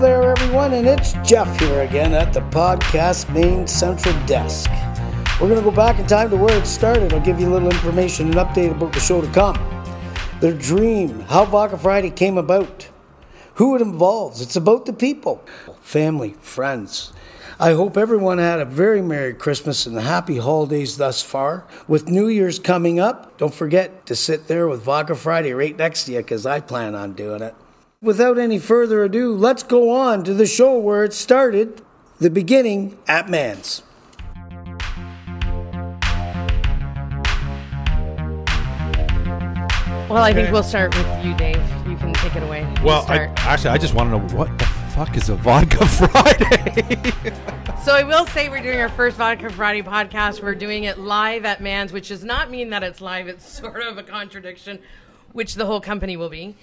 there, everyone, and it's Jeff here again at the podcast main central desk. We're going to go back in time to where it started. I'll give you a little information and update about the show to come. Their dream, how Vodka Friday came about, who it involves. It's about the people, family, friends. I hope everyone had a very Merry Christmas and happy holidays thus far. With New Year's coming up, don't forget to sit there with Vodka Friday right next to you because I plan on doing it. Without any further ado, let's go on to the show where it started the beginning at Man's. Well, I think we'll start with you, Dave. You can take it away. You Well, I, start. actually, I just want to know what the fuck is a vodka Friday? so I will say we're doing our first Vodka Friday podcast. We're doing it live at Man's, which does not mean that it's live. It's sort of a contradiction, which the whole company will be.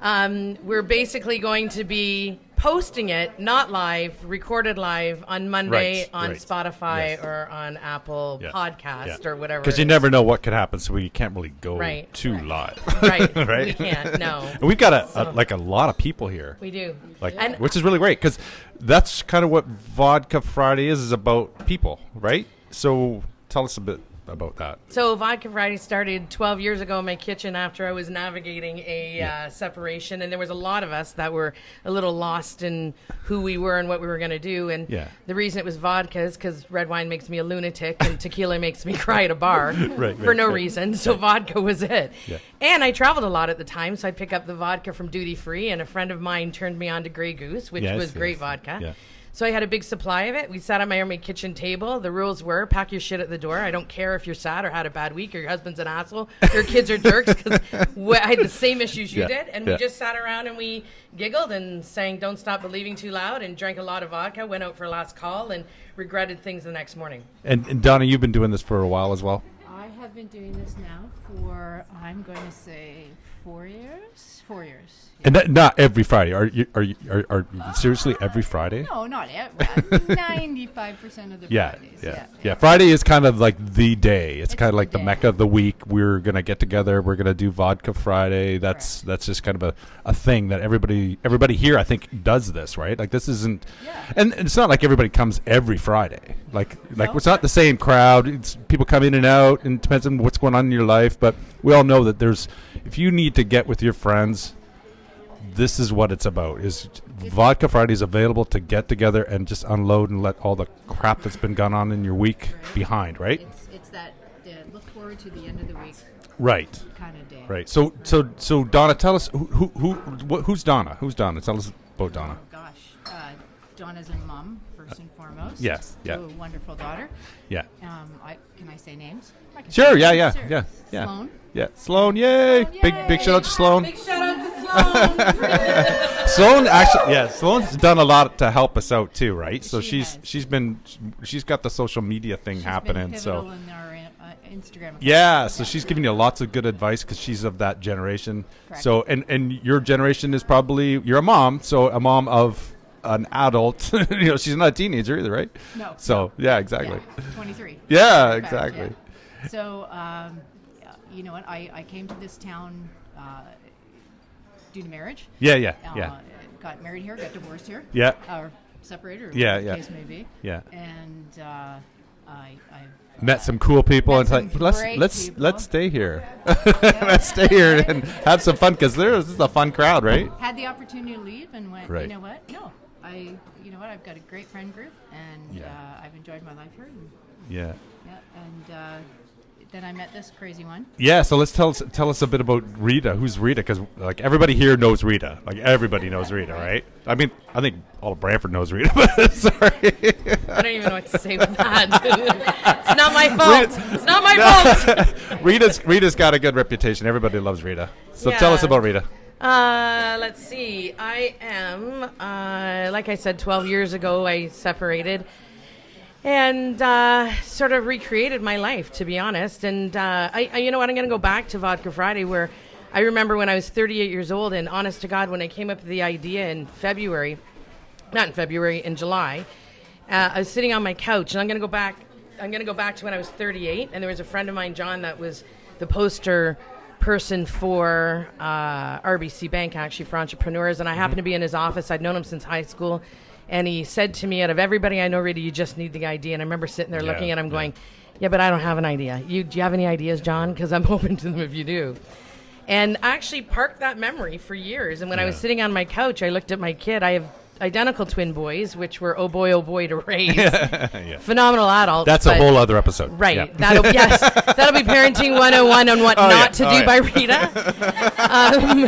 Um, we're basically going to be posting it, not live, recorded live on Monday Right, on right. Spotify Yes. or on Apple Yeah, Podcast yeah. or whatever. Because you it never know what could happen, so we can't really go Right, too right. live. is. right. right? We can't. No, And we've got a, a like a lot of people here, we do. like And- which is really great because that's kind of what Vodka Friday is is about people, right? So tell us a bit about that. So Vodka Friday started 12 years ago in my kitchen after I was navigating a uh, separation, and there was a lot of us that were a little lost in who we were and what we were going to do. And Yeah. the reason it was vodka is because red wine makes me a lunatic, and tequila makes me cry at a bar Right, for right, no right. reason. So vodka was it. Yeah. And I traveled a lot at the time, so I'd pick up the vodka from duty free, and a friend of mine turned me on to Grey Goose, which Yes, was great yes. vodka. Yeah. So I had a big supply of it. We sat at my army kitchen table. The rules were pack your shit at the door. I don't care if you're sad or had a bad week or your husband's an asshole. Your kids are jerks because I had the same issues you Yeah, did. And yeah. we just sat around and we giggled and sang Don't Stop Believing Too Loud and drank a lot of vodka, went out for last call and regretted things the next morning. And, and Donna, you've been doing this for a while as well. I have been doing this now for I'm going to say four years. Four years. yeah. And that, not every Friday. Are you are you are, are you- seriously every Friday? No, not every. Ninety-five percent of the Yeah, Fridays. yeah, yeah. Friday is kind of like the day. It's, It's kind of the like the day. mecca of the week. We're gonna get together. We're gonna do vodka Friday. That's Correct. that's just kind of a, a thing that everybody everybody here I think does this right. Like this isn't, Yeah. and it's not like everybody comes every Friday. Like like No. it's not the same crowd. It's people come in and out, and it depends on what's going on in your life. But we all know that there's if you need to get with your friends. This is what it's about. Is Vodka Friday is available to get together and just unload and let all the crap that's been gone on in your week Right. behind, right? It's it's that uh, look forward to the end of the week Right. kind of day. Right. So so so Donna, tell us who who, who wh- who's Donna? Who's Donna? Tell us about Donna. Oh gosh. Uh, Donna's a mom first and foremost. yes, yeah. To a wonderful daughter. Yeah. Um, I, can I say names? I can Sure. say Yeah. names, Yeah. sure. Yeah. Yeah. Sloan. Yeah. Sloan. Yay! Sloan, Big big yay. shout out to Sloan. Shout out to Sloan. Sloan actually, yeah, Sloan's done a lot to help us out too, right? So She she's has. she's been she's got the social media thing She's been happening. So pivotal in our uh, Instagram. account. Yeah, so she's giving you lots of good advice because she's of that generation. Correct. So, and and your generation is probably you're a mom, so a mom of an adult. you know, she's not a teenager either, right? No. So yeah, exactly. Yeah, 23. Yeah, In fact, exactly. yeah. So, um, yeah, you know what? I, I came to this town uh, due to marriage. Yeah, yeah, Uh, yeah, Got married here, got divorced here. Yeah. Or separated, or Yeah, whatever the yeah. case may be. Yeah. And uh, I, I've Met some cool people and Met it's like some let's great let's people. let's stay here, let's stay here and have some fun because this is a fun crowd, right? had the opportunity to leave and went, Right. you know what? No. I, you know what? I've got a great friend group, and Yeah. uh, I've enjoyed my life here. And, Yeah. yeah, and uh, then I met this crazy one. Yeah, so let's tell us, tell us a bit about Rita. Who's Rita? Because like everybody here knows Rita. Like everybody knows Rita, right? I mean, I think all of Brantford knows Rita. But sorry, I don't even know what to say with that. it's not my fault. It's not my fault. Rita's Rita's got a good reputation. Everybody loves Rita. So tell us Yeah. about Rita. Uh, let's see. I am, uh, like I said, 12 years ago, I separated and uh, sort of recreated my life, to be honest. And uh, I, I, you know what? I'm going to go back to Vodka Friday, where I remember when I was 38 years old, and honest to God, when I came up with the idea in February, not in February, in July, uh, I was sitting on my couch, and I'm going to go back. I'm going to go back to when I was 38, and there was a friend of mine, John, that was the poster person for uh, RBC Bank, actually, for entrepreneurs. And I happened to be in his office. I'd known him since high school. And he said to me, out of everybody I know, really, you just need the idea. And I remember sitting there Yeah, looking at him yeah. going, yeah, but I don't have an idea. You, do you have any ideas, John? Because I'm open to them if you do. And I actually parked that memory for years. And when I was Yeah. sitting on my couch, I looked at my kid. I have identical twin boys, which were oh boy, oh boy to raise. Phenomenal adults. That's a but- whole other episode. Right. Yeah. That'll yes. That'll be parenting 101 on what Oh, not yeah. to Oh, do yeah. by Rita. um,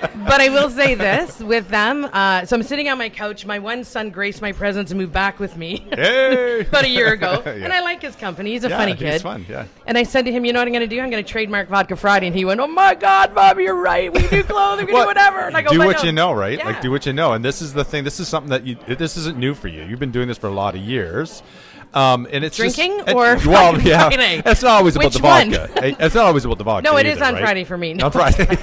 but I will say this with them. Uh, so I'm sitting on my couch. My one son graced my presence and moved back with me Hey. about a year ago, Yeah. and I like his company. He's a Yeah, funny he's kid. fun, yeah. And I said to him, "You know what I'm going to do? I'm going to trademark Vodka Friday." And he went, "Oh my God, Bob, you're right. We can do clothing. We can do whatever." And I go, do "But what no." you know, right? oh Yeah. Like do what you know. And this is the thing. This is something that you. This isn't new for you. You've been doing this for a lot of years. Um, and it's just- Drinking it- or well, Friday? yeah. It's not always Which about one? the vodka. It- It's not always about the vodka. No, it it is is on Friday for me. No, on Friday.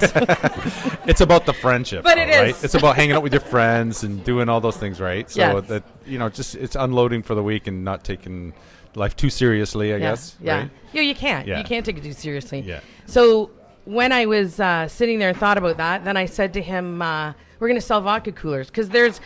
it's about the friendship. But though, it is. Right? It's about hanging out with your friends and doing all those things, right? So Yes. that you know, just it's unloading for the week and not taking life too seriously. I Yeah, guess. Yeah. Right? No, you can't. Yeah. You can't take it too seriously. Yeah. So when I was uh, sitting there and thought about that, then I said to him, uh, "We're going to sell vodka coolers because there's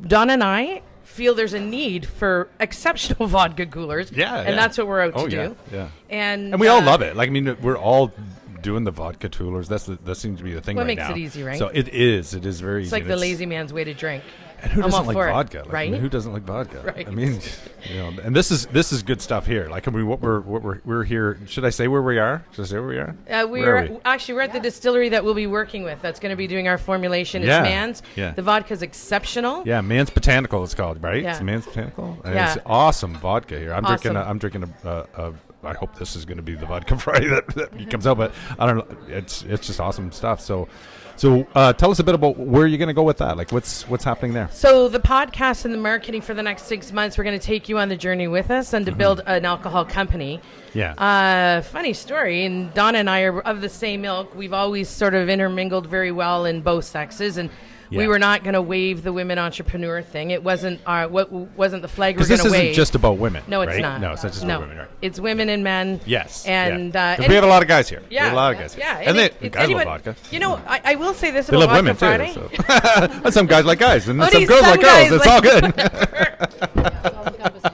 Don and I." Feel there's a need for exceptional vodka coolers, Yeah, and yeah. that's what we're out Oh, to yeah, do. yeah. and And we all uh, love it. Like I mean, we're all doing the vodka toolers. That's the, that seems to be the thing What right makes now. it easy, right? So it is. It is very. It's like the lazy man's way to drink. And who I'm all doesn't like for it, vodka? Like, I mean, right? who doesn't like vodka? Right. I mean, you know, and this is this is good stuff here. Like I mean, what we're what we're we're here. Should I say where we are? Should I say where we are? Uh, we Where are, are we? actually we're at the distillery that we'll be working with. That's going to be doing our formulation. Yeah, It's Man's. yeah. The vodka's exceptional. Yeah, Man's Botanical it's called, right? It's Yeah. Man's Botanical. And Yeah. It's awesome vodka here. I'm drinking. A, Awesome. I'm drinking a. a, a I hope this is going to be the vodka Friday that, that comes out, but I don't know. It's it's just awesome stuff. So, so uh, tell us a bit about where you're going to go with that. Like, what's what's happening there? So the podcast and the marketing for the next six months, we're going to take you on the journey with us Mm-hmm. and to build an alcohol company. Yeah. Uh, funny story, and Donna and I are of the same ilk. We've always sort of intermingled very well in both sexes, and Yeah. we were not going to waive the women entrepreneur thing. It wasn't our what wasn't the flag we're Because going this to isn't wave. just about women. no, it's right? not. No, it's not just no. about women. Right? It's women and men. Yes. and yeah. uh, 'Cause we have a lot of guys here. We Yeah, uh, have a lot of guys. here. Yeah, and, it- they it's guys love anyone- vodka. You know, I, I will say this They about love Vodka women Friday. too. So. and some guys like guys, and then Oh, some these girls some like girls. guys It's like- all good, Right?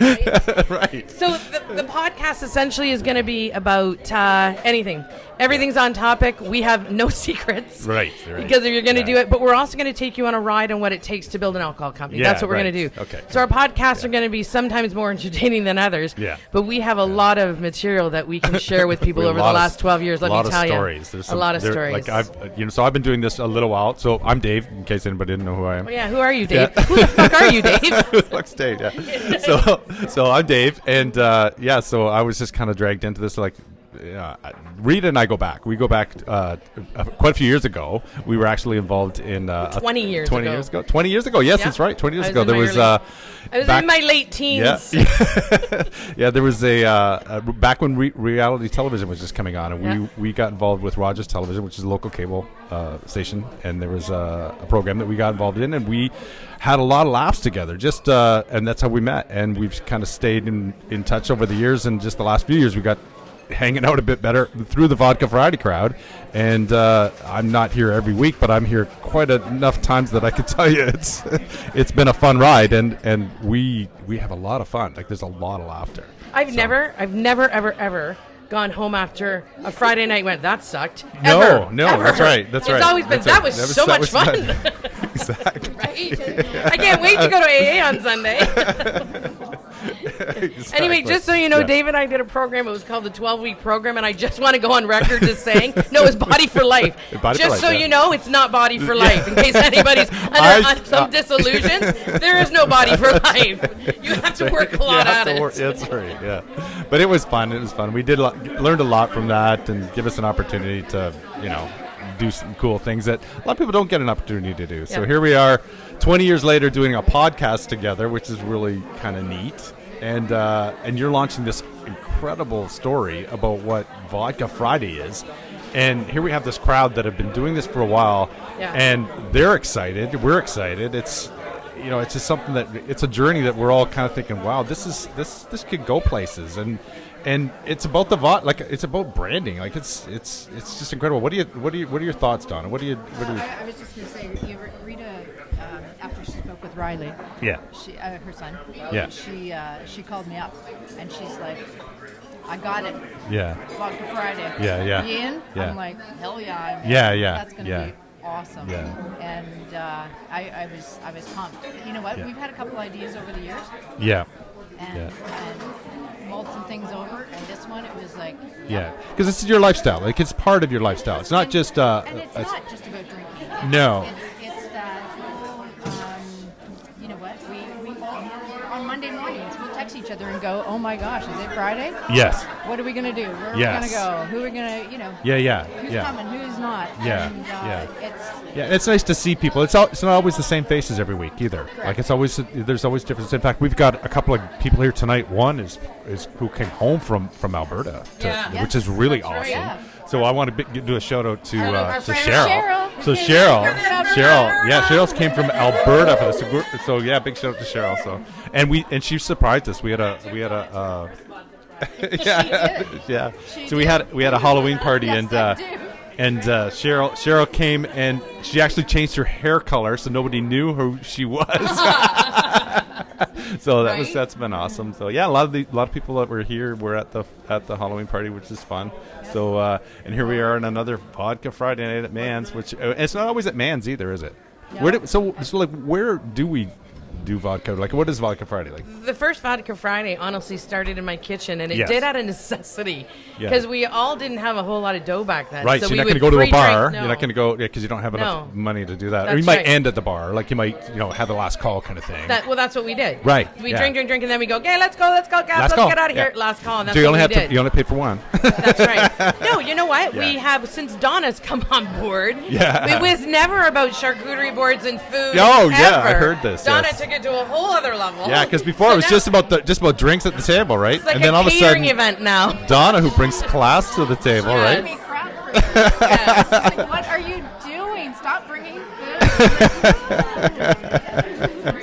right? So the, the podcast essentially is going to be about uh, anything. Everything's on topic. We have no secrets. Right, right. Because if you're going to Yeah. do it, but we're also going to take you on a ride on what it takes to build an alcohol company. Yeah, That's what we're right. going to do. Okay. So our podcasts are going to be sometimes more entertaining than others. Yeah. But we have a lot of material that we can share with people We have over a the lot of- last 12 years. Let lot me of tell stories. you. There's some- a lot of there- stories. Like I've, uh, you know, so I've been doing this a little while. So I'm Dave, in case anybody didn't know who I am. Oh, yeah. Who are you, Dave? Who the fuck are you, Dave? Looks Dave, yeah. So, so I'm Dave, and uh, yeah, so I was just kind of dragged into this. Like, uh, Rita and I go back. We go back uh, uh, quite a few years ago. We were actually involved in uh, a- 20 years Twenty ago. years ago. Twenty years ago. Yes, Yeah. that's right. Twenty years I was ago, in there my was. early- Uh, I was back- in my late teens. yeah, yeah. There was a uh, uh, back when re- reality television was just coming on, and we Yeah. we got involved with Rogers Television, which is a local cable uh, station, and there was uh, a program that we got involved in, and we had a lot of laughs together. Just uh, and that's how we met, and we've kind of stayed in in touch over the years, and just the last few years we got hanging out a bit better through the Vodka Friday crowd. And uh, I'm not here every week, but I'm here quite enough times that I can tell you it's it's been a fun ride, and and we we have a lot of fun. Like there's a lot of laughter. I've So- never, I've never, ever, ever gone home after a Friday night. and Went that sucked. No, Ever, no, ever. that's right, that's it's right, always been that's that right. was That was- so that much was- fun. exactly. I can't wait to go to AA on Sunday. anyway, just so you know, Yeah. Dave and I did a program. It was called the 12 Week Program, and I just want to go on record as saying, no, it's Body for Life. Body for just Life, so yeah. you know, it's not Body for Life. In case anybody's under I- uh, on some disillusion, there is no Body for Life. You have to work a lot You have at to it. work- That's right. Yeah, but it was fun. It was fun. We did lo- learned a lot from that, and give us an opportunity to, you know, do some cool things that a lot of people don't get an opportunity to do. So Yeah. here we are, 20 years later, doing a podcast together, which is really kind of neat. And uh, and you're launching this incredible story about what Vodka Friday is. And here we have this crowd that have been doing this for a while, Yeah. and they're excited. We're excited. It's you know, it's just something that it's a journey that we're all kind of thinking, wow, this is this this could go places, and and it's about the vod, like it's about branding. Like it's it's it's just incredible. What do you what do you what are your thoughts, Donna? What do you what do you? Uh, I, I was just going to say, you ever, Rita, um, after she spoke with Riley, Yeah. she, uh, her son, Yeah. she uh, she called me up, and she's like, "I got it, Yeah. Vodka Friday." Yeah, yeah. You in? Yeah. I'm like, "Hell yeah!" I'm in. Yeah, yeah, That's gonna yeah. be awesome. Yeah. And uh, I, I was I was pumped. You know what? Yeah. We've had a couple ideas over the years, Yeah. and, and mulled some things over, and this one it was like, Yeah. Because this is your lifestyle. Like it's part of your lifestyle. It's not And- just uh. And it's a- not just about drinking. No. It's, it's that. Um, you know what? We, we all, on Monday mornings we'll text each other and go, "Oh my gosh, is it Friday? Yes. What are we gonna do? Where are Yes. we gonna go? Who are we gonna? You know, Yeah. Yeah. who's yeah. coming? Who's not? Yeah, And, uh, yeah. It's Yeah, it's nice to see people. It's all, it's not always the same faces every week either. Like it's always there's always differences. In fact, we've got a couple of people here tonight. One is is who came home from from Alberta, to, Yeah. which is really That's awesome. right. Yeah. So I want to be, do a shout out to Our- uh, our to friend Cheryl. Cheryl. So Hey, Cheryl, we're from Cheryl, yeah, Cheryl's came from Alberta for this. So we're- So yeah, big shout out to Cheryl. So and we and she surprised us. We had a we had a. Uh, yeah, yeah. She So we did. had we had a Halloween party Yes, and I uh, do. and uh, Cheryl Cheryl came and she actually changed her hair color so nobody knew who she was. so that was Right? that's been awesome. So yeah, a lot of the a lot of people that were here were at the at the Halloween party, which is fun. So uh, and here we are on another vodka Friday night at Man's, which uh, it's not always at Man's either, is it? Where do, so so like where do we do vodka? Like what is vodka Friday like? The first Vodka Friday honestly started in my kitchen, and it Yes. did out of necessity Yeah. because we all didn't have a whole lot of dough back then. Right, so so you're we not going to would go to a pre-drink- bar. no. You're not going to go because you don't have enough No. money to do that. or you That's might right. end at the bar, like you might, you know, have the last call kind of thing. That, well, that's what we did. Right, We yeah. drink, drink, drink, and then we go, okay, let's go, let's go, guys, last let's call. get out of here. Yeah. Last call. And that's so you what only we have did. to you only pay for one. That's right. No, you know what? Yeah. We have since Donna's come on board. Yeah. It was never about charcuterie boards and food. Oh, yeah, I ever. heard this, Donna yes. took it to a whole other level. yeah, because before So it was now just about the, just about drinks at the table, right? it's like and then a all of a sudden, catering event now. Donna, who brings class to the table, Yeah. right? Give me crap for you. It's like, what are you doing? Stop bringing food.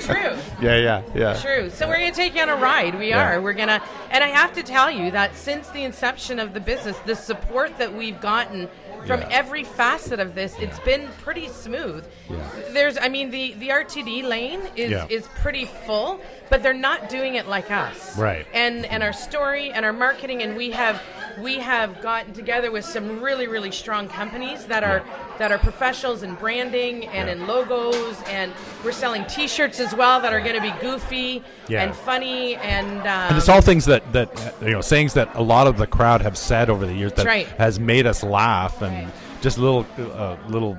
True. Yeah, yeah, yeah. True. So we're going to take you on a ride. We Yeah. are. We're going to, and I have to tell you that since the inception of the business, the support that we've gotten from Yeah. every facet of this, it's been pretty smooth. Yeah. There's, I mean, the the RTD lane is Yeah. is pretty full, but they're not doing it like us. Right. And and our story and our marketing, and we have we have gotten together with some really really strong companies that are that are professionals in branding and Yeah. in logos, and we're selling T-shirts as well that are going to be goofy Yeah. and funny and. Um, And it's all things that that uh, you know, sayings that a lot of the crowd have said over the years that right. has made us laugh, and just little uh, little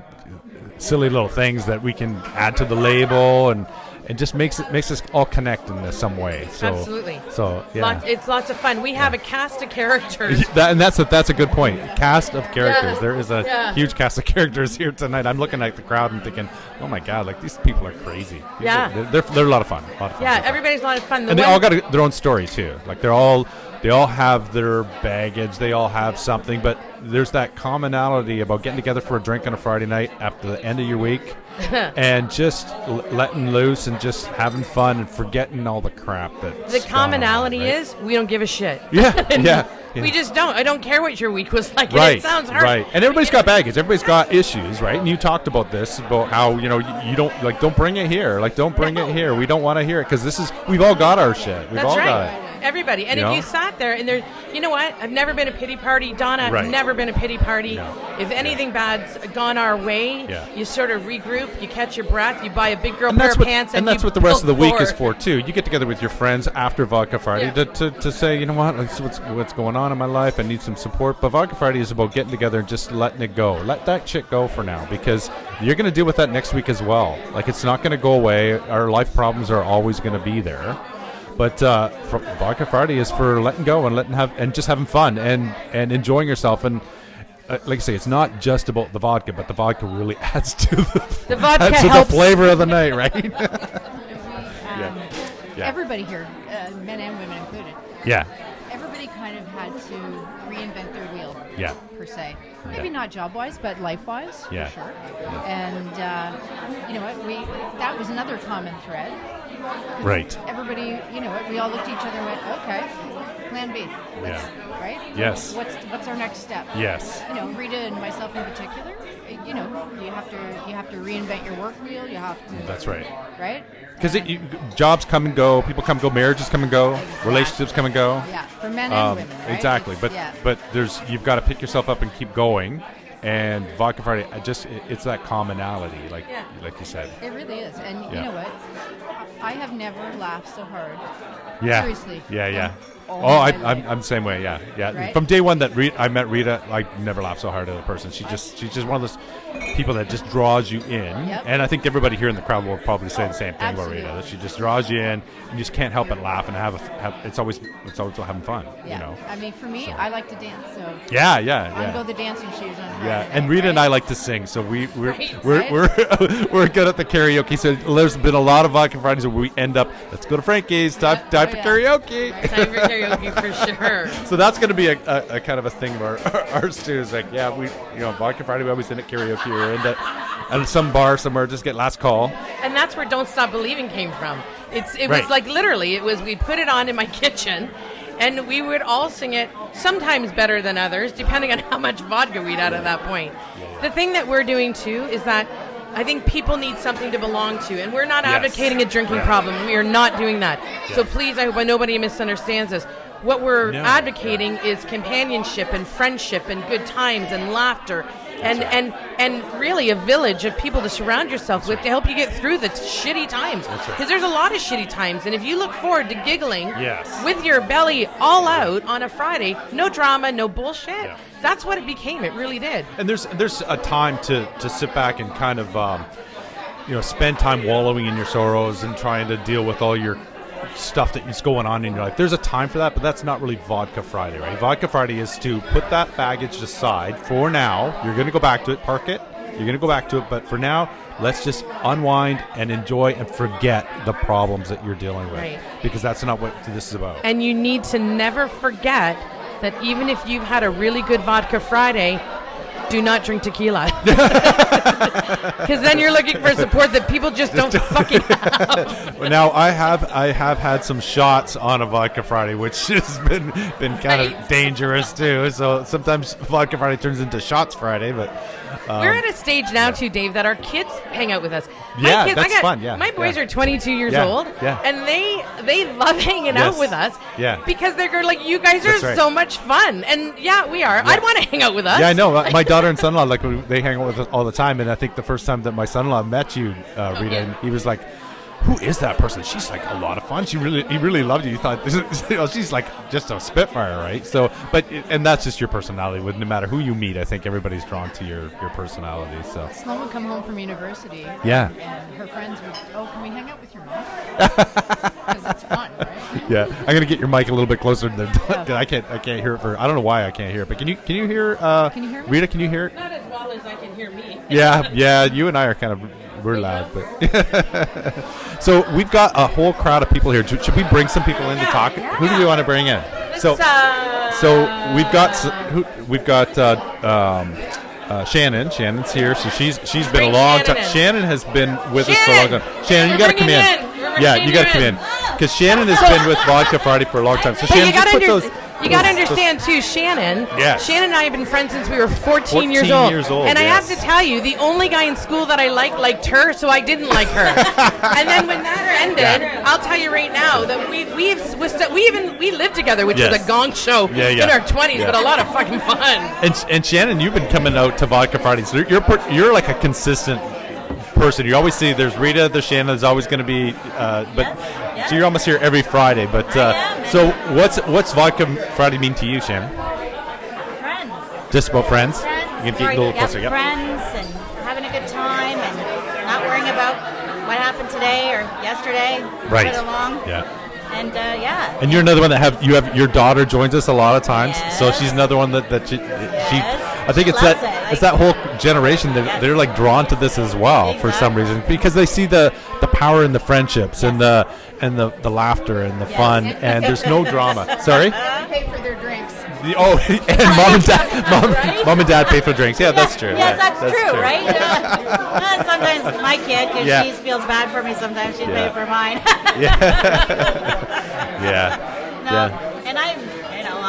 silly little things that we can add to the label, and and just makes it makes us all connect in some way. So Absolutely. So yeah. Lots, it's lots of fun. We have a cast of characters. that, and that's a, that's a good point. Cast of characters. Yeah. There is a Yeah. huge cast of characters here tonight. I'm looking at the crowd and thinking, oh my god, like these people are crazy. These Yeah. are- they're, they're, they're a lot of fun. A lot of fun so Yeah, far. everybody's a lot of fun. The and they one- all got a, their own story too. Like they're all they all have their baggage. They all have something, but there's that commonality about getting together for a drink on a Friday night after the end of your week, and just l- letting loose and just having fun and forgetting all the crap that the commonality is we don't give a shit. yeah, yeah, yeah. We just don't. I don't care what your week was like. Right, It sounds hard. right, and everybody's got baggage. Everybody's got issues, right? And you talked about this about how you know you, you don't like don't bring it here, like don't bring it here. We don't want to hear it because this is we've all got our shit. We've That's all got it. right. Everybody. And You if know? you sat there and there, you know what? I've never been a pity party. Donna, I've Right. never been a pity party. No. If anything bad's gone our way, Yeah. you sort of regroup, you catch your breath, you buy a big girl and pair that's of what, pants, and, and, that's you what the rest of the look week is forward. for too. You get together with your friends after Vodka Friday Yeah. to, to, to say, you know what, like, so what's what's going on in my life? I need some support. But Vodka Friday is about getting together and just letting it go. Let that shit go for now because you're going to deal with that next week as well. Like it's not going to go away. Our life problems are always going to be there. But uh, for, Vodka Friday is for letting go and letting have and just having fun and and enjoying yourself and. Uh, like I say, it's not just about the vodka, but the vodka really adds to the, The vodka adds to the helps. flavor of the night, right? Um, Yeah. Everybody here, uh, men and women included, Yeah, everybody kind of had to reinvent their wheel. yeah, per se. Yeah. Maybe not job wise, but life wise, Yeah. for sure. And uh, you know what? We that was another common thread. right. Everybody, you know what? We all looked at each other and went, "Okay, plan B? What's- Yeah. Right? Yes. What's what's our next step? Yes. You know, Rita and myself in particular. uh, You know, you have to you have to reinvent your work wheel. You have to That's right. right. Because And- jobs come and go, people come and go, marriages come and go, Exactly. relationships come and go. yeah, for men and Um, women, right? Exactly, It's- but yeah. but there's you've got to pick yourself up and keep going. And Vodka Friday, I just it, it's that commonality, like Yeah. like you said. It really is, and Yeah. you know what? I have never laughed so hard. Yeah. Seriously. Yeah, yeah. Um, all oh, I, my life. I'm I'm same way. Yeah, yeah. Right? From day one that Re- I met Rita, I never laughed so hard at a person. She just she's just one of those people that just draws you in. Yep. And I think everybody here in the crowd will probably say the same thing absolutely. about Rita. That she just draws you in. You just can't help but laugh and have, a, have it's always it's always having fun. Yeah. You know. I mean, for me, so. I like to dance, so Yeah, yeah, I'll yeah. go the dancing shoes on. Yeah, Friday and night, Rita and I right? like to sing, so we we're Right, we're, right? we're we're good at the karaoke. So there's been a lot of vodka Fridays where we end up. Let's go to Frankie's. Time Yep, time oh for yeah. karaoke. Right. Time for karaoke for sure. So that's going to be a, a, a kind of a thing where ours too is like, yeah, we you know vodka Friday we always end at karaoke or end at at some bar somewhere just get last call. And that's where Don't Stop Believing came from. It's it Right. was like literally it was we put it on in my kitchen and we would all sing it sometimes better than others depending on how much vodka we'd had at that point. The thing that we're doing too is that I think people need something to belong to and we're not Yes. advocating a drinking Yeah. problem. We are not doing that. So Yes. please I hope nobody misunderstands us. What we're No. advocating is companionship and friendship and good times and laughter and, and and really a village of people to surround yourself with to help you get through the t- shitty times because right. there's a lot of shitty times and if you look forward to giggling Yes. with your belly all out on a friday no drama no bullshit Yeah. that's what it became it really did And there's there's a time to to sit back and kind of um, you know spend time wallowing in your sorrows and trying to deal with all your stuff that is going on in your life. There's a time for that, but that's not really vodka Friday, right? Vodka Friday is to put that baggage aside for now. You're going to go back to it, park it. You're going to go back to it, but for now, let's just unwind and enjoy and forget the problems that you're dealing with Right. because that's not what this is about. and you need to never forget that even if you've had a really good vodka friday do not drink tequila because then you're looking for support that people just don't fucking Well, now I have I have had some shots on a vodka Friday, which has been been kind of Right. dangerous too. So sometimes vodka Friday turns into shots Friday, but um, We're at a stage now too, Dave, that our kids hang out with us. My Yeah, kids, that's I got, fun, yeah, my boys yeah. are 22 years Yeah, old, yeah. and they they love hanging Yes, out with us. yeah. because they're go- like, you guys That's are right. so much fun, and yeah, we are. I'd want to hang out with us. yeah, I know Uh, my daughter and son-in-law like we- they hang out with us all the time. And I think the first time that my son-in-law met you, Oh, uh, Rita, yeah. and he was like. Who is that person? She's like a lot of fun. She really, he really loved you. You thought this is, you know, she's like just a spitfire, right? So, but and that's just your personality. With no matter who you meet, I think everybody's drawn to your your personality. So, Sloan would come home from university. Yeah. And her friends would, oh, can we hang out with your mom? Because it's fun, right? Yeah, I'm gonna get your mic a little bit closer to Oh. the. I can't. I can't hear it for. I don't know why I can't hear it. But can you? Can you hear? Uh, Can you hear me? Rita, can you hear it? Not as well as I can hear me. Yeah, yeah. You and I are kind of we're loud, but so we've got a whole crowd of people here. Should should we bring some people in to talk? Who do we want to bring in? So, uh, so we've got s- who, we've got uh, um, uh, Shannon. Shannon's here, so she's she's been a Bring long time. Shannon in. Shannon has been with us for a long Shannon! time. Shannon, you We're got to come bringing in. in. We're Yeah, bringing you got to you come in in. because Shannon has been with Vodka Friday for a long time. So But Shannon, you gotta just put under, those. you gotta those- those- understand too, Shannon. Yes. Shannon and I have been friends since we were 14, 14 years old. years old, and I have yes. to tell you, the only guy in school that I liked liked her, so I didn't like her. and then when that ended, Yeah. I'll tell you right now that we we have we, st- we even we lived together, which Yes. was a gong show Yeah, yeah. in our 20s, Yeah. but a lot of fucking fun. And, and Shannon, you've been coming out to Vodka Fridays. You're you're, per- you're like a consistent person. You always see there's Rita, there's Shannon. There's always going to be, uh, but so you're almost here every Friday. But uh, so what's what's Vodka Friday mean to you, Shannon? friends. Just about friends. Friends. You can get a little closer. Yep. Friends and having a good time and not worrying about what happened today or yesterday. Right. Get along. Yeah. And uh, yeah. And you're another one that have you have your daughter joins us a lot of times. So Yes. she's another one that that she, Yes. she I think She it's loves that it. it's that whole generation that Yes. they're like drawn to this as well for some Exactly. reason because they see the the power in the friendships and the and the, the laughter and the fun and there's no drama. Sorry. They pay for their drinks. The, oh, and mom and dad mom, mom and dad pay for drinks. Yeah, that's true. Yes, Yeah, that's, true, right? Yeah. and sometimes my kid, because Yeah. she feels bad for me sometimes, she'd Yeah. pay for mine. Yeah. No. Yeah. And I,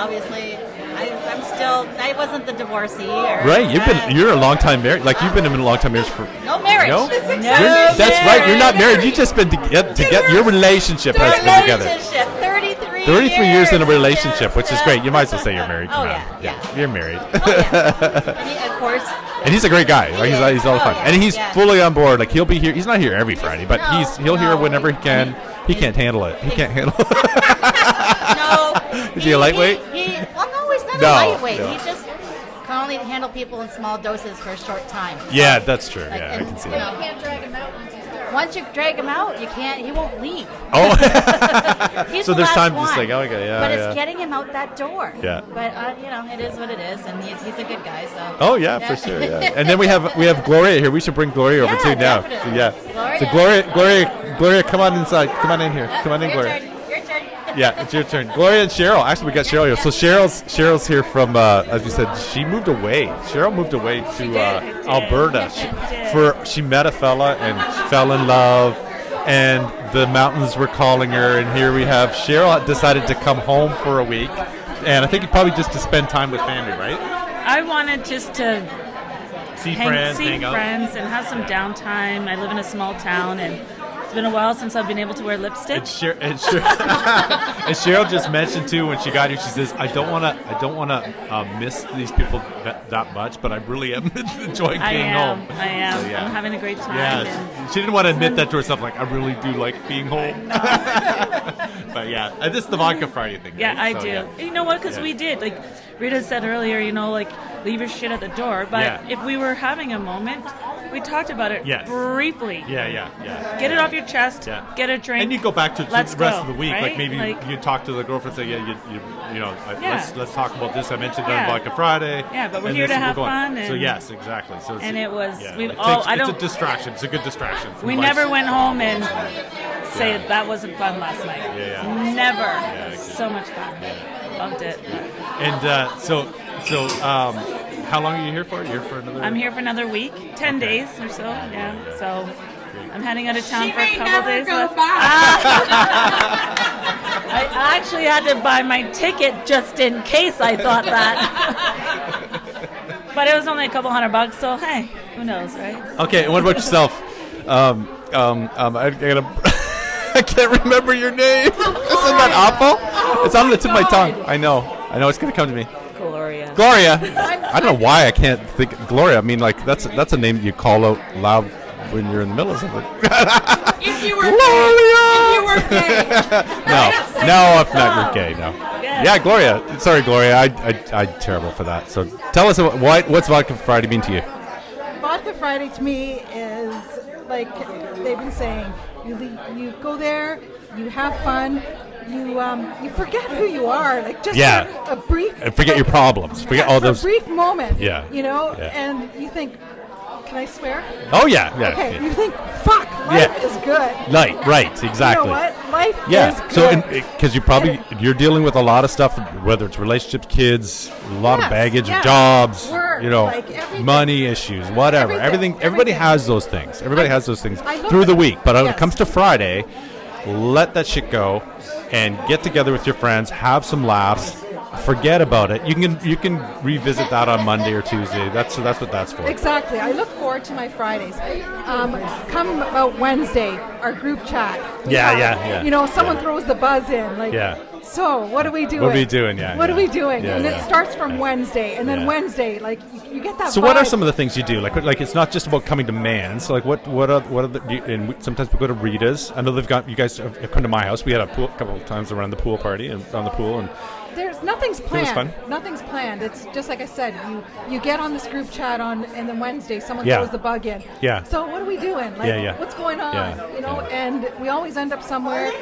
obviously, I, I'm still. I wasn't the divorcee. Or Right, you've uh, been you're a long time married. Like you've been in a long time marriage for. no marriage. No? This is You're- exciting. that's right. You're not married. You've just been to get, to get your relationship The has been together. relationship. Thirty-three. 33 years in a yes, relationship, which is yes. great. You might as well say you're married. Oh Come on. yeah, yeah. You're married. Oh, yeah. and he, of course. And he's a great guy. Like he's, is. he's all Oh, fun, yeah, and he's yeah. fully on board. Like he'll be here. He's not here every Friday, but No, he's he'll hear no, whenever he can. He can't handle it. He can't handle. it. No. Is he a lightweight? He, he- well, no, he's not No, a lightweight. no. He just can only handle people in small doses for a short time. yeah, that's true. Like, Yeah, I and- can see you that. know, can't drag him out once he's there. Once you drag him out, you can't. He won't leave. Oh, He's So the there's last time to one. just like, oh, okay, yeah, But yeah. it's getting him out that door. Yeah. But uh, you know, it is what it is, and he's, he's a good guy. So. oh yeah, for sure. Yeah. And then we have we have Gloria here. We should bring Gloria over Yeah, too now. definitely. Yeah. So Gloria. Gloria, Gloria, Gloria, come on inside. Come on in here. Come on in, Your Gloria. turn. Your turn. Yeah, it's your turn. Gloria and Cheryl. Actually, we got Cheryl here. So Cheryl's Cheryl's here from, uh, as you said, she moved away. Cheryl moved away to uh, Alberta She- for she met a fella and fell in love, and the mountains were calling her. And here we have Cheryl had decided to come home for a week, and I think probably just to spend time with family, right? I wanted just to See hang, see friends and have some downtime. I live in a small town, and it's been a while since I've been able to wear lipstick. And, Cher- and, Cher- and Cheryl just mentioned too when she got here. She says, "I don't want to. I don't want to uh, miss these people that, that much, but I really am enjoying being I am. home." I am. So, yeah. I'm having a great time. and- Yeah, she didn't want to admit that to herself. Like, I really do like being home. but yeah, and this is the vodka Friday thing. Yeah, I right? So, do. yeah. You know what? Because Yeah. we did. Like Rita said earlier, you know, like leave your shit at the door. But Yeah. if we were having a moment, we talked about it Yes. briefly. Yeah, yeah, yeah. Get it off your chest. Yeah. Get a drink. And you go back to Let's the rest go, of the week. right? Like maybe you- Like- you talk to the girlfriend, say, yeah, you, you, you know, uh, Yeah. let's let's talk about this. I mentioned it Yeah. on Vodka Friday. Yeah, but we're and here this to is- have we're going. fun so and- yes, exactly. So it's- and it was- yeah, we've it all- takes- I It's don't- a distraction. It's a good distraction. from we life's- never went home and say that wasn't fun last night. Yeah, Never. I get so much fun. Loved it. And uh, so so um, how long are you here for? You're here for another. I'm here for another week, ten Okay. days or so. Yeah. So I'm heading out of town She for a may couple never days. go left. back. I actually had to buy my ticket just in case I thought that. but it was only a couple hundred bucks, so hey, who knows, right? Okay, and what about yourself? Um, um, um, I, I, gotta, I can't remember your name. Isn't that awful? it's on the tip of my tongue. I know. I know it's gonna come to me. Gloria. Gloria. I don't know why I can't think Gloria. I mean, like that's that's a name you call out loud when you're in the middle of something. If you were Gloria. were gay. No, no, if not, you're gay. No. Yes. Yeah, Gloria. Sorry, Gloria. I, I I'm terrible for that. So tell us about- why what's Vodka Friday mean to you? Vodka Friday to me is like they've been saying: you le- you go there, you have fun, you um, you forget who you are, like just Yeah. for a brief. And forget your problems. Forget all for those- a brief moment. Yeah. you know, Yeah. and you think, can I swear? Oh yeah, yeah. Okay, yeah. you think, fuck, life Yeah. is good. Right, right, exactly. You know what? Life is Yeah. So, good. because you probably you're dealing with a lot of stuff, whether it's relationships, kids, a lot of Yes, baggage, yes. jobs, Work, you know, like everything. money issues, whatever. Everything, Everything. Everybody everything. has those things. Everybody I- has those things I love through the it. week. But when it Yes. comes to Friday, let that shit go, and get together with your friends, have some laughs. Forget about it. You can you can revisit that on Monday or Tuesday. That's that's what that's for. Exactly. I look forward to my Fridays. Um, come about Wednesday, our group chat. We Yeah, yeah, yeah. You know, someone Yeah. throws the buzz in, like, Yeah. so what are we doing? What are we doing? Yeah, What yeah. are we doing? Yeah, and yeah. it starts from Yeah. Wednesday, and then Yeah. Wednesday, like, you, you get that. So what are vibe. some of the things you do? Like like it's not just about coming to man. So like what what are what are the do you, and we, sometimes we go to Rita's. I know they've got you guys have have come to my house. We had a pool a couple of times around the pool party and on the pool and There's nothing's planned. fun. Nothing's planned. It's just like I said. You you get on this group chat on, and then Wednesday someone Yeah. throws the bug in. Yeah. So what are we doing? Like, Yeah, yeah. What's going on? Yeah, You know, yeah. and we always end up somewhere.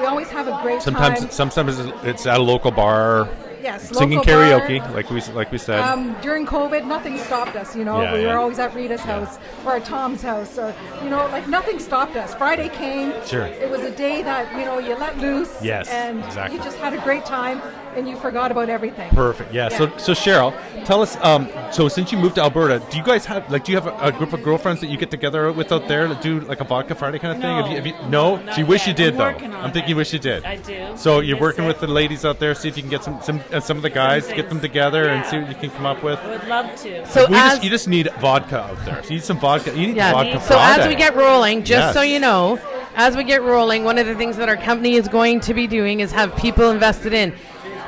We always have a great sometimes time. sometimes it's at a local bar. Yes, singing local bar. karaoke like we s- like we said. Um, during COVID, nothing stopped us. You know, Yeah, we yeah. were always at Rita's house or at Tom's house, or you know, like nothing stopped us. Friday came. Sure. It was a day that you know you let loose. Yes, And exactly. you just had a great time. and you forgot about everything. Perfect. Yeah. So, so Cheryl, tell us. Um, so, since you moved to Alberta, do you guys have like, do you have a, a group of girlfriends that you get together with out there that do like a vodka Friday kind of thing? Have you, have you, no. No, Do you wish not you yet. did I'm though? working on I'm thinking it. you wish you did. I do. So you're I working said- with the ladies out there. See if you can get some some uh, some of the guys, get things. them together, and Yeah. see what you can come up with. I would love to. So We as just, you just need vodka out there. You need some vodka. You need yeah. vodka. so as we product. get rolling, just so Yes. you know, as we get rolling, one of the things that our company is going to be doing is have people invested in.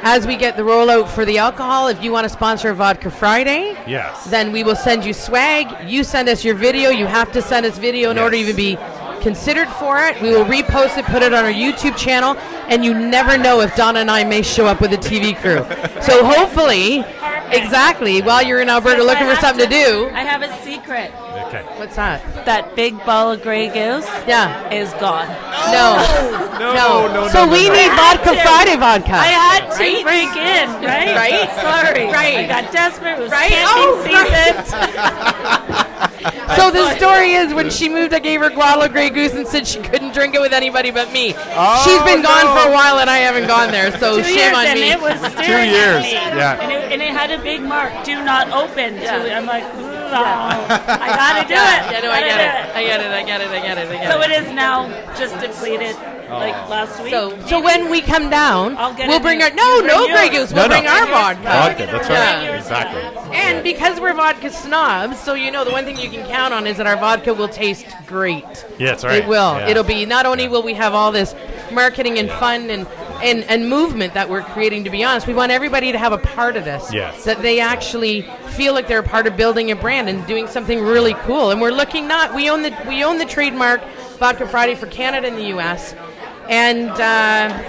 As we get the rollout for the alcohol, if you want to sponsor Vodka Friday, Yes. then we will send you swag. You send us your video. You have to send us video in order to Yes. even be considered for it. We will repost it, put it on our YouTube channel, and you never know if Donna and I may show up with a TV crew. so hopefully, exactly, while you're in Alberta So looking I for have something to, do. I have a secret. okay. What's that? That big ball of Grey Goose Yeah. is gone. No. No, No. no, no. so no, we no. need Vodka Yeah. Friday vodka. I had to break in, right? Right? Sorry. Right. I got desperate. It was Right? camping Oh, season. So the story is when she moved, I gave her Guadalajara Grey Goose and said she couldn't drink it with anybody but me. She's been Oh, gone for a while and I haven't gone there, so Two shame years on and me. it was staring years, At me. yeah. And it, and it had a big mark. Do not open. To, I'm like, "Ooh, I gotta do it. Yeah, no, I get it. Gotta do I get it. I get it. I get it. I get So it. it is now just depleted, like Oh. last week. So, so when we come down, I'll get we'll it bring in. our no, You bring no Grey yours. Goose. We'll No, no. bring our vodka. Vodka, that's right. Yeah. Exactly. And because we're vodka snobs, so you know the one thing you can count on is that our vodka will taste great. Yeah, that's right. It will. Yeah. It'll be not only will we have all this marketing and fun and and, and movement that we're creating to be honest we want everybody to have a part of this Yes. that they actually feel like they're a part of building a brand and doing something really cool and we're looking not we own the we own the trademark vodka friday for canada and the us and uh,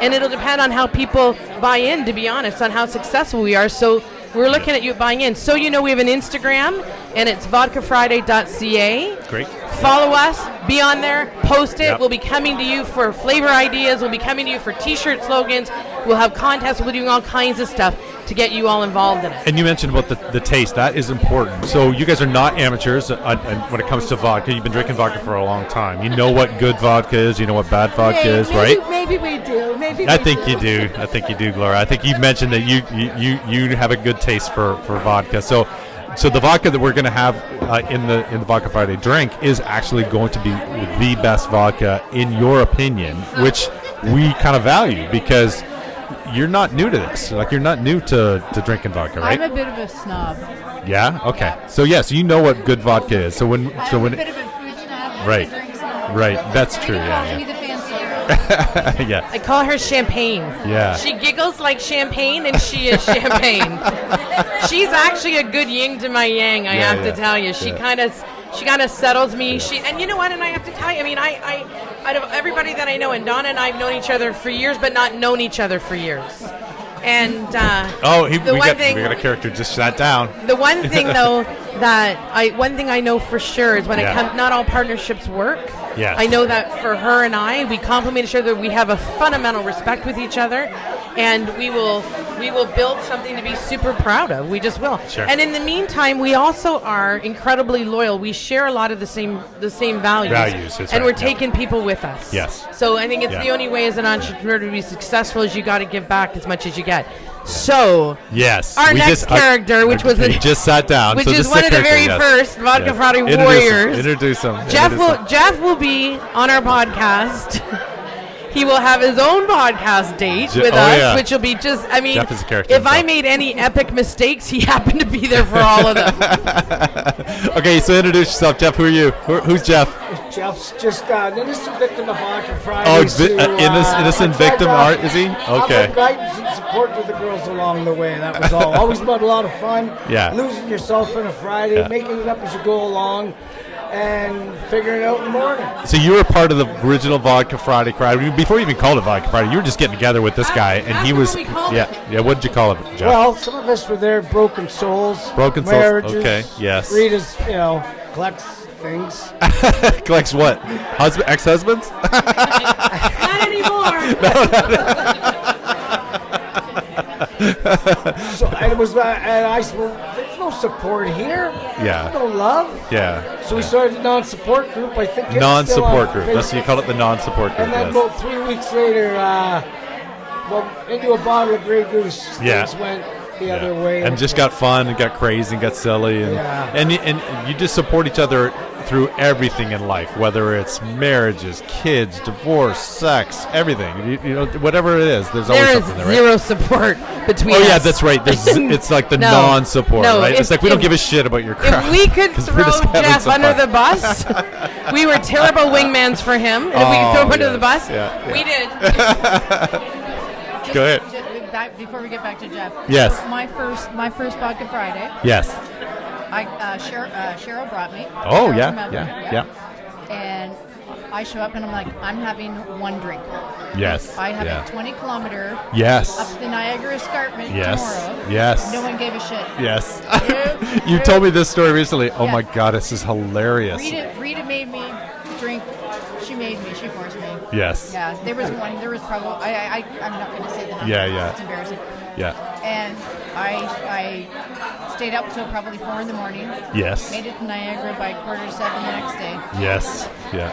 and it'll depend on how people buy in to be honest on how successful we are so we're looking at you buying in so you know we have an instagram and it's vodkafriday.ca Great. Follow us, be on there, post it. Yep. We'll be coming to you for flavor ideas. We'll be coming to you for t shirt slogans. We'll have contests. We'll be doing all kinds of stuff to get you all involved in it. And you mentioned about the, the taste. That is important. So you guys are not amateurs uh, uh, when it comes to vodka. You've been drinking vodka for a long time. You know what good vodka is. You know what bad vodka Hey, is, maybe, right? Maybe we do. Maybe I we think you do. I think you do, Gloria. I think you mentioned that you you, you, you have a good taste for, for vodka. So so the vodka that we're going to have uh, in the in the Vodka Friday drink is actually going to be the best vodka in your opinion, which we kind of value because you're not new to this. Like you're not new to, to drinking vodka, right? I'm a bit of a snob. yeah. Okay. So yes, you know what good vodka is. So when so I'm when a bit of a food snob. I'm Right. A drink snob. right, that's true. Everybody calls me Yeah. the fancy Yeah. yeah. I call her champagne. Yeah. She giggles like champagne, and she is champagne. She's actually a good yin to my yang. I Yeah, have yeah, to tell you, she yeah. kind of she kind of settles me. She and you know what? And I have to tell you, I mean, I, I out of everybody that I know, and Donna and I have known each other for years, but not known each other for years. And uh, Oh, he, The we one got thing- we got a character just sat down. The one thing though that I one thing I know for sure is when Yeah. it comes not all partnerships work. Yes. I know that for her and I, we complement each other. We have a fundamental respect with each other, and we will we will build something to be super proud of. We just will. Sure. And in the meantime, we also are incredibly loyal. We share a lot of the same the same values. Values, and that's we're right, yeah. taking people with us. Yes. So I think it's Yeah. the only way as an entrepreneur to be successful is you got to give back as much as you get. So Yes. Our we next our- character, which our- was he an- just sat down, which so is just one the of the character, very yes. first Vodka Friday Introduce him. warriors. Introduce him. Jeff Introduce will him. Jeff will be on our podcast. he will have his own podcast date Je- with oh, us, yeah. which will be just. I mean, Jeff is a character if I himself. made any epic mistakes, he happened to be there for all of them. Okay, so introduce yourself, Jeff. Who are you? Who, who's Jeff? Jeff's just uh, an innocent victim of Vodka Friday. Oh, vi- uh, innocent, innocent victim art is he? Okay. Okay. uh, guidance and support to the girls along the way. That was all. Always about a lot of fun. Yeah. Losing yourself on a Friday, Yeah. making it up as you go along, and figuring it out in the morning. So you were part of the original Vodka Friday crowd I mean, before you even called it Vodka Friday. You were just getting together with this guy, and he was That's what we called yeah yeah. What did you call it, Jeff? Well, some of us were there, broken souls, Broken souls, marriages. okay, yes. Rita's, you know, collects things. Collects what? Husband, ex-husbands? Not anymore. So and it was, uh, and I said, well, there's no support here. Yeah. There's no love. Yeah. So we started a non-support group. I think it's still on Non-support group. That's what you Facebook. call it, the non-support group. And then yes. about three weeks later, uh, well, into a bottle of Grey Goose. Yeah. Things went the Yeah. other way. and just got fun and got crazy and got silly and Yeah. and y- and you just support each other through everything in life, whether it's marriages, kids, divorce, sex, everything. You, you know, whatever it is, there's always There is something there, right? zero support between. Oh yeah, us. that's right. There's, it's like the No. non-support, No, right? if- it's like we don't if- give a shit about your crowd. If we could 'cause throw we're just having Jeff some under fun. the bus, we were terrible wingmans for him. And if we could throw Oh, him under yeah, the bus, yeah, yeah. we did. Just- Go ahead. just back- before we get back to Jeff. Yes. My first, my first vodka Friday. Yes. I uh, Cheryl, uh, Cheryl brought me. Oh, Cheryl yeah, from Melbourne, yeah, And I show up and I'm like, I'm having one drink. Yes. I have yeah. a 20 kilometer Yes. up the Niagara Escarpment Yes. tomorrow. Yes. No one gave a shit. Yes. Nope. you told me this story recently. Oh Yeah. my god, this is hilarious. Rita, Rita made me drink. She made me. She forced me. Yes. Yeah. There was one. There was probably. I. I. I- I'm not going to say the number. Yeah, yeah. It's embarrassing. Yeah. And I. I stayed up till probably four in the morning. Yes. Made it to Niagara by quarter to seven the next day. Yes. Yeah.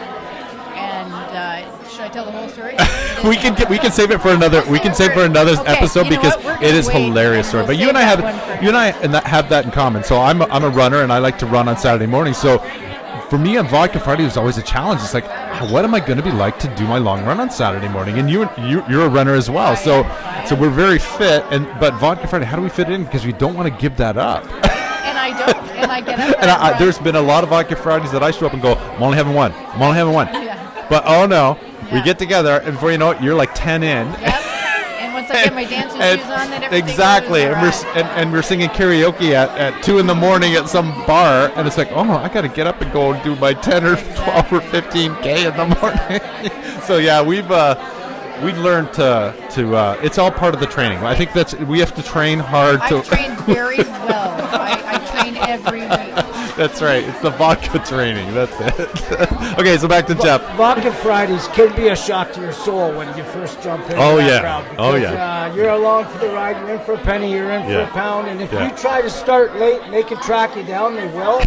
And uh, should I tell the whole story? We can get, we can save it for another we can save it for another Okay, episode you know because what? We're it gonna is wait, hilarious and story. we'll but you save and I that have one for- you and I and that, have that in common. So I'm a, I'm a runner and I like to run on Saturday morning. So for me on Vodka Friday was always a challenge. It's like what am I going to be like to do my long run on Saturday morning? And you you you're a runner as well. So so we're very fit and but Vodka Friday how do we fit it in because we don't want to give that up. And I don't. And I get up. And I, I, run. there's been a lot of vodka Fridays that I show up and go, I'm only having one. I'm only having one. Yeah. But oh no, we Yeah. get together, and before you know it, you're like 10 in. Yep. And once I get my dancing And- shoes on, then everything exactly, goes and we're s- awry. and, and we're singing karaoke at, at two in the morning at some bar, and it's like, oh, I gotta get up and go and do my ten or twelve or fifteen k in the morning. so yeah, we've uh, we've learned to to uh, it's all part of the training. I think that's we have to train hard to. I've trained very well. I, I train every week. That's right. It's the vodka training. That's it. okay, so back to Jeff. Vodka Fridays can be a shock to your soul when you first jump in. Oh, that yeah. crowd Oh, because, yeah. Uh, you're along for the ride. You're in for a penny. You're in Yeah. for a pound. And if Yeah. you try to start late and they can track you down, they will.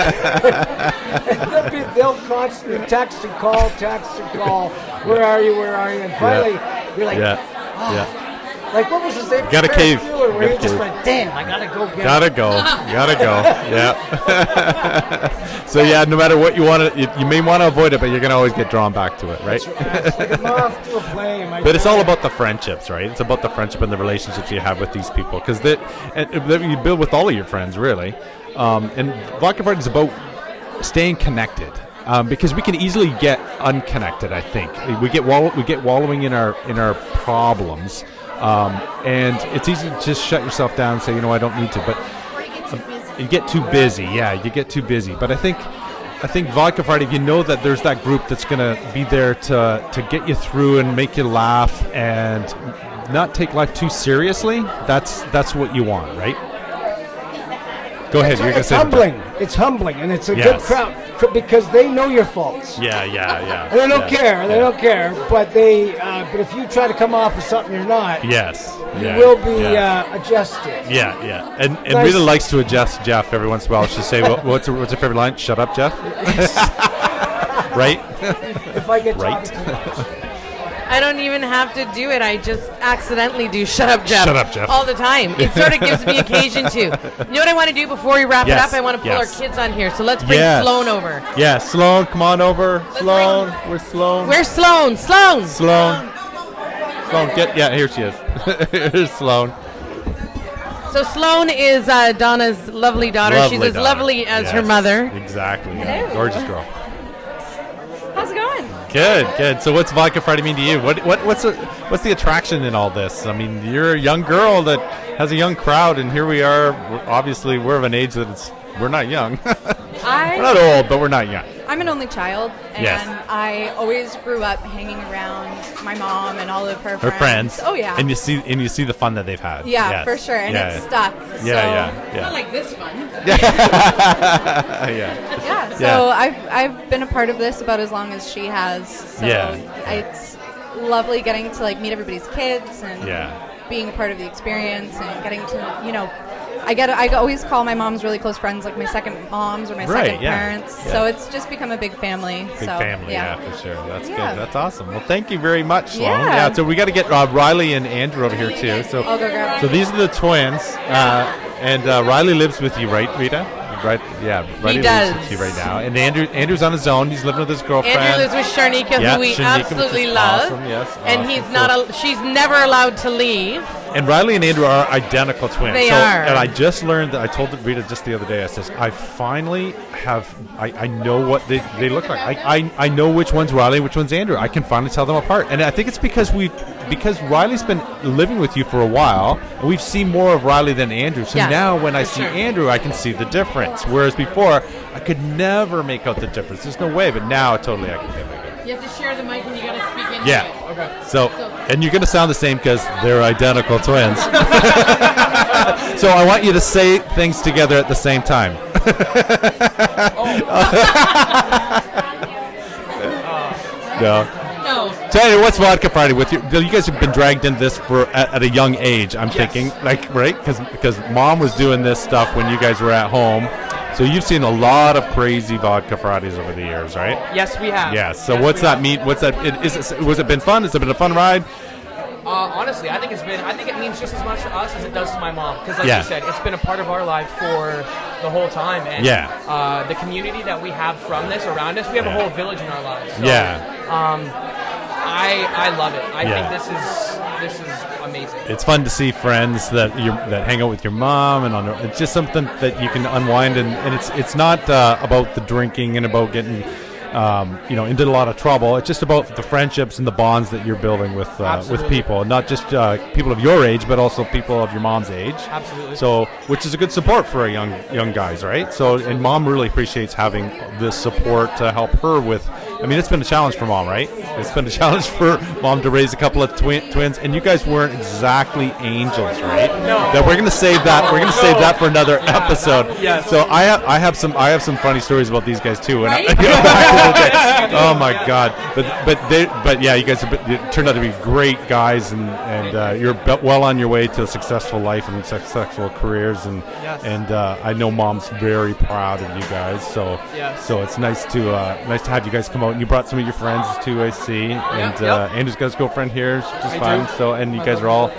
they'll, be, they'll constantly text and call, text and call. Where are you? Where are you? And finally, you're like, Yeah. "Ah." Yeah. like what was his name? Gotta Ferris cave. Bueller, where Gotta you just cave. went, damn, I gotta go get. Gotta go. Gotta go. Yeah. so yeah, no matter what you want to, you, you may want to avoid it, but you're gonna always get drawn back to it, right? It's like a moth to a flame. I But it's tell all ya. about the friendships, right? It's about the friendship and the relationships you have with these people, because that and uh, that you build with all of your friends, really. Um, and vodka party is about staying connected, um, because we can easily get unconnected. I think we get wallow- we get wallowing in our in our problems, um, and it's easy to just shut yourself down and say, you know, I don't need to. But uh, you get too busy. Yeah, you get too busy. But I think I think Vodka Friday, if you know that there's that group that's going to be there to to get you through and make you laugh and not take life too seriously, that's that's what you want, right? Go ahead. It's, you're going to it's say something. humbling. It's humbling, and it's a good Yes. crowd cr- because they know your faults. Yeah, yeah, yeah. And they don't yeah, care. They yeah. don't care. But they. Uh, but if you try to come off as something you're not, Yes. you yeah, will be yeah. uh, adjusted. Yeah, yeah, and and Nice. Rita likes to adjust Jeff every once in a while. She'll say, well, "What's her, what's her favorite line? Shut up, Jeff." right? If I get Right. talking too much. I don't even have to do it. I just accidentally do shut up, Jeff. Shut up, Jeff. All the time. It sort of gives me occasion to. You know what I want to do before we wrap Yes, it up? I want to pull yes. our kids on here. So let's bring Yes. Sloan over. Yeah, Sloan, come on over. bring- Sloan, where's Sloan? Where's Sloan? Sloan! Sloan? Sloan, get yeah, here she is. Here's Sloan. So Sloan is uh, Donna's lovely daughter. Lovely She's as daughter. lovely as her Yes, mother. Exactly. yeah. Hello. Gorgeous girl. How's it going? Good, good. So what's Vodka Friday mean to you? What what what's the, what's the attraction in all this? I mean, you're a young girl that has a young crowd and here we are. We're, obviously, we're of an age that it's we're not young. we're I, not old, but we're not young. I'm an only child, and Yes. I always grew up hanging around my mom and all of her Her friends. friends. Oh, yeah. And you see and you see the fun that they've had. yeah, Yes. for sure. And yeah. it's stuck. Yeah, So, yeah, yeah. like this one. yeah. yeah, So Yeah. I've, I've been a part of this about as long as she has. So Yeah. It's lovely getting to, like, meet everybody's kids and Yeah. being a part of the experience and getting to, you know, I get. I always call my mom's really close friends like my second moms or my Right, second yeah. parents. Yeah. So it's just become a big family. Big so, family, yeah. for sure. That's Yeah. good. That's awesome. Well, thank you very much, Sloan. Yeah. Yeah. so we got to get uh, Riley and Andrew over here too. So, I'll go grab so these are the twins, uh, and uh, Riley lives with you, right, Rita? Right? Yeah, Riley lives does. with you right now. And Andrew, Andrew's on his own. He's living with his girlfriend. Andrew lives with Sharnika, Yeah, who we Sharnika, which absolutely is love, awesome, yes, and awesome, he's cool. not. Al- she's never allowed to leave. And Riley and Andrew are identical twins. They so, are. And I just learned that I told Rita just the other day. I says I finally have. I, I know what they, they look like. I, I I know which one's Riley, and which one's Andrew. I can finally tell them apart. And I think it's because we because Riley's been living with you for a while, and we've seen more of Riley than Andrew. So Yeah, now when I for see sure. Andrew, I can see the difference. Whereas before, I could never make out the difference. There's no way. But now, totally, I can make out. You have to share the mic, and you got to speak into Yeah. Okay. So, and you're going to sound the same because they're identical twins. so I want you to say things together at the same time. no. No. So anyway, what's Vodka Friday with you? You guys have been dragged into this for at, at a young age. I'm thinking, like, right? Because because mom was doing this stuff when you guys were at home. So you've seen a lot of crazy Vodka Fridays over the years, right? Yes, we have. Yeah. So what's we that have. mean? What's that? It, is it, was it been fun? Has it been a fun ride? Uh, honestly, I think it's been. I think it means just as much to us as it does to my mom. Because, like Yeah. you said, it's been a part of our life for the whole time. And Yeah. uh, the community that we have from this around us, we have Yeah. a whole village in our lives. So, Yeah. Um, I I love it. I Yeah. think this is this is amazing. It's fun to see friends that you that hang out with your mom and on her- it's just something that you can unwind and, and it's it's not uh, about the drinking and about getting um, you know into a lot of trouble. It's just about the friendships and the bonds that you're building with uh, with Absolutely. people, not just uh, people of your age, but also people of your mom's age. Absolutely. So, which is a good support for a young young guys, right? So, and mom really appreciates having this support to help her with. I mean, it's been a challenge for mom, right? It's been a challenge for mom to raise a couple of twi- twins, and you guys weren't exactly angels, right? No. That we're gonna save that. We're gonna save that for another episode. yes. So I have I have some I have some funny stories about these guys too. And I- Right? oh my god! But but they but yeah, you guys have been, you turned out to be great guys, and and uh, you're be- well on your way to a successful life and successful careers, and Yes. and uh, I know mom's very proud of you guys. So Yes. so it's nice to uh, nice to have you guys come out, and you brought some of your friends to AC, and yep. uh, Andrew's got his girlfriend here, which is I fine. do. So and you guys are all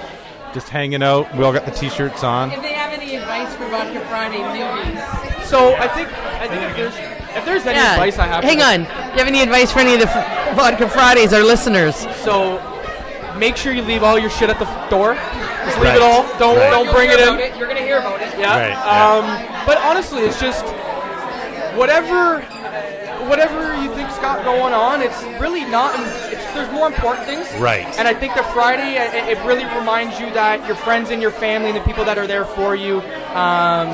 just hanging out. We all got the t-shirts on. If they have any advice for Vodka Friday newbies, So I think I think if there's if there's any yeah. advice I have, Hang on. You have any advice for any of the fr- Vodka Fridays, our listeners? So make sure you leave all your shit at the f- door. Just leave Right. it all. Don't Right. don't bring it in. You're gonna hear about it. Yeah. Right, yeah. Um, but honestly, it's just whatever whatever you think's got going on. It's really not. It's, there's more important things. Right. And I think the Friday i- i- it really reminds you that your friends and your family and the people that are there for you um,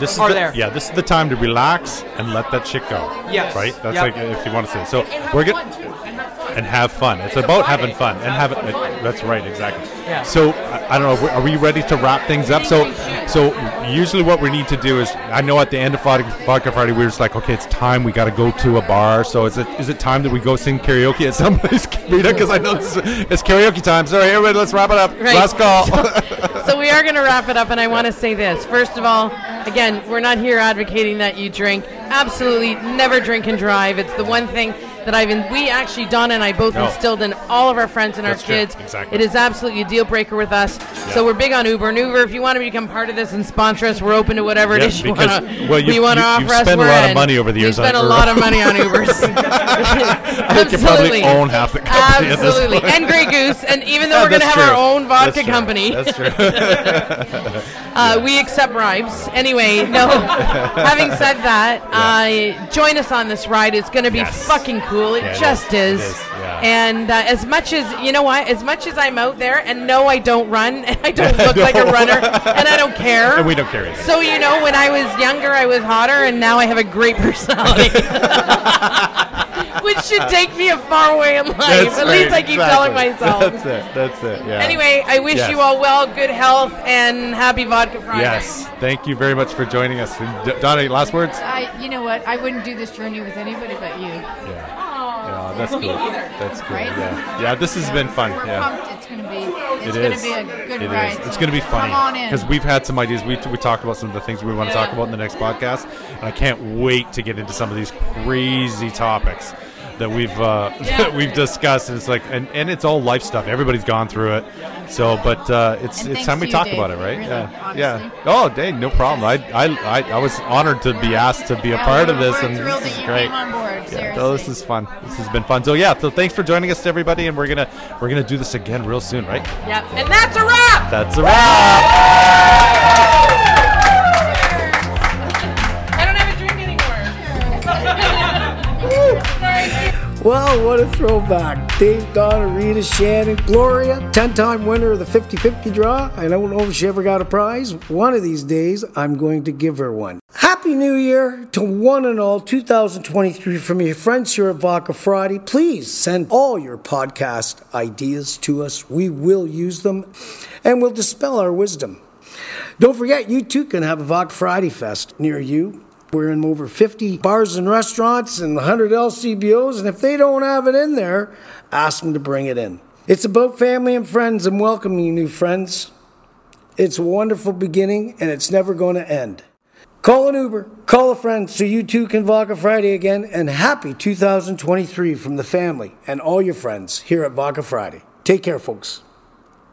This are is the, there. Yeah, this is the time to relax and let that shit go. Yes. Right? That's like Yep. if you want to say. So we're good and have fun. It's, about having fun and having. That's right, exactly. Yeah. So I I don't know. Are we ready to wrap things up? So, so usually what we need to do is, I know at the end of Vodka Vodka Friday, we were just like, okay, it's time. We got to go to a bar. So is it is it time that we go sing karaoke at somebody's Because I know it's, it's karaoke time. Sorry, everybody, let's wrap it up. Right. Last call. So we are going to wrap it up, and I want to say this. First of all, again, we're not here advocating that you drink. Absolutely, never drink and drive. It's the one thing that I've in, we actually Donna and I both No. instilled in all of our friends and That's our true. kids. Exactly. It is absolutely a deal breaker with us. So we're big on Uber and Uber. If you want to become part of this and sponsor us, we're open to whatever Yeah, it is you because- want well, you- want to you- offer you've us. spent a we're lot of in. money over the years We on spent a Uber. lot of money on Ubers. I think you probably own half the company at this Absolutely. point. And Grey Goose. And even though Yeah, we're going to that's have our true. own That's vodka true. company, That's true. uh, we accept bribes. Anyway, no. Having said that, uh, join us on this ride. It's going to be Yes. fucking cool. It Yeah, it just is. is. It is, yeah. And uh, as much as, you know what, as much as I'm out there, and no, I don't run, and I don't look No. like a runner, and I don't care. And we don't care either. So, you know, when I was younger, I was hotter, and now I have a great personality. Which should take me a far way in life. That's At right, least I keep exactly. telling myself. That's it. That's it. Yeah. Anyway, I wish Yes. you all well, good health, and happy Vodka Friday. Yes. Thank you very much for joining us. And D- Donna, last words? I, you know what? I wouldn't do this journey with anybody but you. Yeah. Yeah, that's Me cool. neither. That's cool. Right? Yeah. Yeah, this has been fun. We're Yeah. pumped. It's going to be. It's It going is. to be a good It is. ride. It's so going to be funny Come on in. because we've had some ideas. We, we talked about some of the things we want to talk Yeah. about in the next podcast, and I can't wait to get into some of these crazy topics that we've uh, that we've discussed. And it's like, and, and it's all life stuff. Everybody's gone through it. So, but uh, it's And it's thanks time we to you, talk Dave, about it, right? really, yeah. honestly. Yeah. Oh, dang, no problem. I, I I I was honored to be asked to be a Yeah, part of we're- this, we're and thrilled this is that you great. came on board, Yeah, so this is fun. This has been fun. So yeah, so thanks for joining us, everybody, and we're gonna we're gonna do this again real soon, right? Yep. And that's a wrap. That's a wrap. I don't have a drink anymore. Sorry. Well, what a throwback. Dave Donna, Rita, Shannon, Gloria, 10 time winner of the 50 50 draw. I don't know if she ever got a prize. One of these days, I'm going to give her one. Happy New Year to one and all 2023 from your friends here at Vodka Friday. Please send all your podcast ideas to us. We will use them and we'll dispel our wisdom. Don't forget, you too can have a Vodka Friday Fest near you. We're in over 50 bars and restaurants and 100 LCBOs, and if they don't have it in there, ask them to bring it in. It's about family and friends and welcoming new friends. It's a wonderful beginning, and it's never going to end. Call an Uber, call a friend so you too can Vodka Friday again, and happy 2023 from the family and all your friends here at Vodka Friday. Take care, folks.